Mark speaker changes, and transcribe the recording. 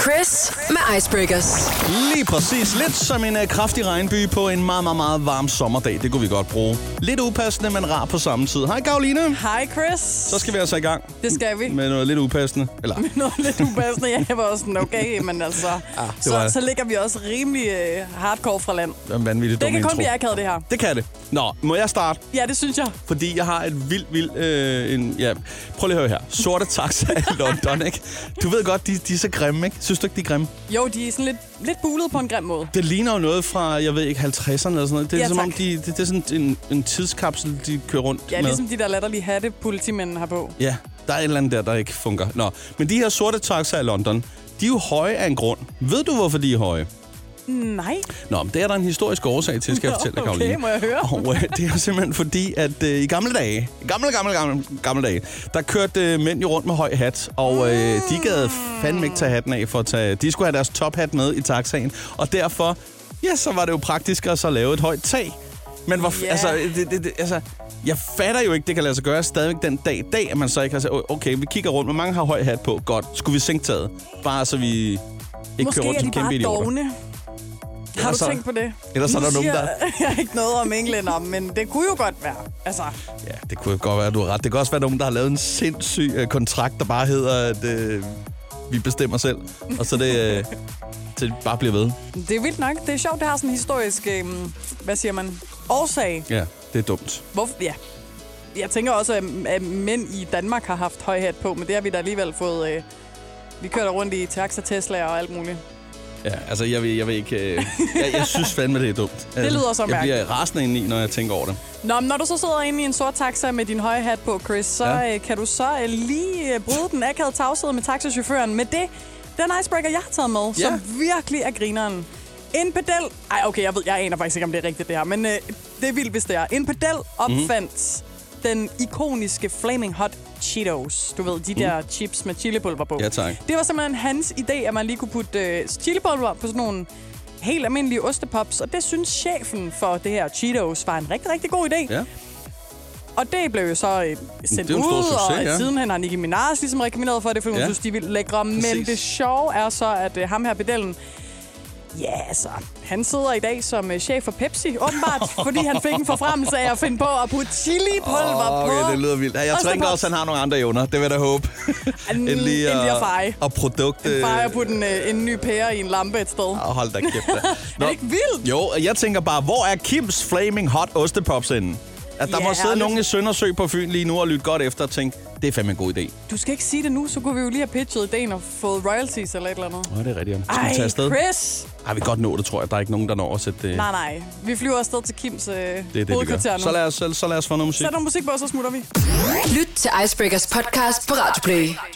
Speaker 1: Chris med Icebreakers.
Speaker 2: Lige præcis. Lidt som en uh, kraftig regnby på en meget, meget, meget varm sommerdag. Det kunne vi godt bruge. Lidt upassende, men rar på samme tid. Hej, Karoline.
Speaker 3: Hej Chris.
Speaker 2: Så skal vi altså i gang.
Speaker 3: Det skal vi.
Speaker 2: Med noget lidt upassende. Eller,
Speaker 3: Noget lidt upassende. Jeg var også sådan, okay, men altså... Ah,
Speaker 2: det
Speaker 3: så,
Speaker 2: var-
Speaker 3: så ligger vi også rimelig øh, hardcore fra land.
Speaker 2: det er en
Speaker 3: Det
Speaker 2: vanvittig dum
Speaker 3: kan
Speaker 2: intro.
Speaker 3: kun blive akavet, det her.
Speaker 2: Det kan det. Nå, må jeg starte?
Speaker 3: Ja, det synes jeg.
Speaker 2: Fordi jeg har et vildt, vildt... Øh, en, ja. Prøv lige at høre her. Sorte taxa i London, ikke? Du ved godt, de, de er så grimme, ikke? Synes du ikke, de er grimme?
Speaker 3: Jo, de er sådan lidt, lidt bulede på en grim måde.
Speaker 2: Det ligner jo noget fra, jeg ved ikke, 50'erne eller sådan noget. Det er
Speaker 3: Ja,
Speaker 2: som om,
Speaker 3: tak.
Speaker 2: de, det, det er sådan en, en tidskapsel, de kører rundt
Speaker 3: Ja,
Speaker 2: med.
Speaker 3: ligesom de der latterlige hatte, politimændene har på.
Speaker 2: Ja, der er et eller andet der, der ikke fungerer. Nå, men de her sorte taxaer i London, de er jo høje af en grund. Ved du, hvorfor de er høje?
Speaker 3: Nej.
Speaker 2: Nå, men det er der en historisk årsag til, skal jeg
Speaker 3: Nå,
Speaker 2: fortælle dig,
Speaker 3: okay,
Speaker 2: Karoline.
Speaker 3: må jeg høre?
Speaker 2: Og øh, det er jo simpelthen fordi, at øh, i gamle dage, gamle, gamle, gamle, gamle dage, der kørte øh, mænd jo rundt med høj hat, og øh, de gad fandme ikke tage hatten af for at tage, de skulle have deres tophat med i taxaen, og derfor, ja, så var det jo praktisk at så lave et højt tag. Men hvor,
Speaker 3: Ja.
Speaker 2: yeah. altså, det, det, det, altså, jeg fatter jo ikke, det kan lade sig gøre stadigvæk den dag i dag, at man så ikke har sagt, "Åh, okay, vi kigger rundt, hvor mange har høj hat på? Godt, skulle vi sænke taget? Bare så vi ikke
Speaker 3: Måske
Speaker 2: kører rundt
Speaker 3: er
Speaker 2: som
Speaker 3: de
Speaker 2: kæmpe
Speaker 3: bare
Speaker 2: idioter.
Speaker 3: dogne. Har
Speaker 2: Ellers
Speaker 3: du
Speaker 2: så-
Speaker 3: tænkt på det?
Speaker 2: ellers så er
Speaker 3: Nu
Speaker 2: der nogen,
Speaker 3: siger
Speaker 2: der-
Speaker 3: Jeg ikke noget om englænder, men det kunne jo godt være. Altså,
Speaker 2: Ja, det kunne godt være, at du har ret. Det kan også være nogen, der har lavet en sindssyg øh, kontrakt, der bare hedder, at øh, vi bestemmer selv. Og så det, øh, til det bare bliver ved.
Speaker 3: det er vildt nok. Det er sjovt, det har sådan en historisk... Øh, hvad siger man? Årsag.
Speaker 2: Ja, det er dumt.
Speaker 3: Hvorfor? Ja. Jeg tænker også, at, at mænd i Danmark har haft høj hat på, men det har vi da alligevel fået... Øh, vi kører da rundt i taxa, Tesla og alt muligt.
Speaker 2: Ja, altså, jeg vil, jeg vil ikke... Øh, jeg, jeg synes fandme, det er dumt. Det
Speaker 3: lyder som
Speaker 2: Jeg bliver rasende indeni, når jeg tænker over det.
Speaker 3: Nå, men når du så sidder inde i en sort taxa med din høje hat på, Chris, så
Speaker 2: Ja.
Speaker 3: ja. øh, kan du så øh, lige øh, bryde den akavede tavshed med taxachaufføren med det. Den icebreaker, jeg har taget med, ja.
Speaker 2: Ja.
Speaker 3: som virkelig er grineren. En pedel... Ej, okay, jeg ved, jeg aner faktisk ikke, om det er rigtigt, det her, men øh, det er vildt, hvis det er. En pedel opfandt mm. den ikoniske Flaming Hot Cheetos. Du ved, de der mm. chips med chilipulver på.
Speaker 2: Ja, tak.
Speaker 3: Det var simpelthen hans idé, at man lige kunne putte øh, chilipulver på sådan nogle helt almindelige ostepops, og det synes chefen for det her Cheetos var en rigtig, rigtig god idé.
Speaker 2: Ja.
Speaker 3: Og det blev jo så øh, sendt
Speaker 2: Det er jo en
Speaker 3: ud,
Speaker 2: stor
Speaker 3: og
Speaker 2: succes, ja.
Speaker 3: sidenhen har Nicki Minaj ligesom reklameret for det, fordi hun
Speaker 2: Ja.
Speaker 3: ja. synes, de er vildt lækre. Men
Speaker 2: Præcis.
Speaker 3: det sjove er så, at øh, ham her pedellen, ja så, han sidder i dag som øh, chef for Pepsi, åbenbart, fordi han fik en forfremmelse af at finde på at putte chilipulver
Speaker 2: Åh,
Speaker 3: på.
Speaker 2: okay, det lyder vildt. Ja, jeg tænker
Speaker 3: ostepops.
Speaker 2: også, at han har nogle andre evner. Det vil jeg da håbe.
Speaker 3: En- en lige at feje.
Speaker 2: Og produkt... øh,
Speaker 3: Bare at putte en, øh, en ny pære i en lampe et sted.
Speaker 2: Åh, hold da kæft. da. Nå,
Speaker 3: ikke vildt?
Speaker 2: Jo, og jeg tænker bare, hvor er Kims Flaming Hot Ostepops henne? At der
Speaker 3: Ja,
Speaker 2: må sidde
Speaker 3: ærligt.
Speaker 2: nogen i Søndersø på Fyn lige nu og lytte godt efter og tænke, det er fandme en god idé.
Speaker 3: Du skal ikke sige det nu, så kunne vi jo lige have pitchet ideen og fået royalties eller et eller andet.
Speaker 2: Nå, det er rigtigt. Skal vi tage
Speaker 3: Ej,
Speaker 2: afsted?
Speaker 3: Chris!
Speaker 2: Ej, vi kan godt nå det, tror jeg. Der er ikke nogen, der når at sætte det.
Speaker 3: Nej, nej. Vi flyver afsted til Kims øh,
Speaker 2: det er det, vi
Speaker 3: hovedkvarter
Speaker 2: gør.
Speaker 3: nu.
Speaker 2: Så lad, os, så lad os få noget musik.
Speaker 3: Sæt noget musik på, så smutter vi.
Speaker 1: Lyt til Icebreakers podcast på Radio Play.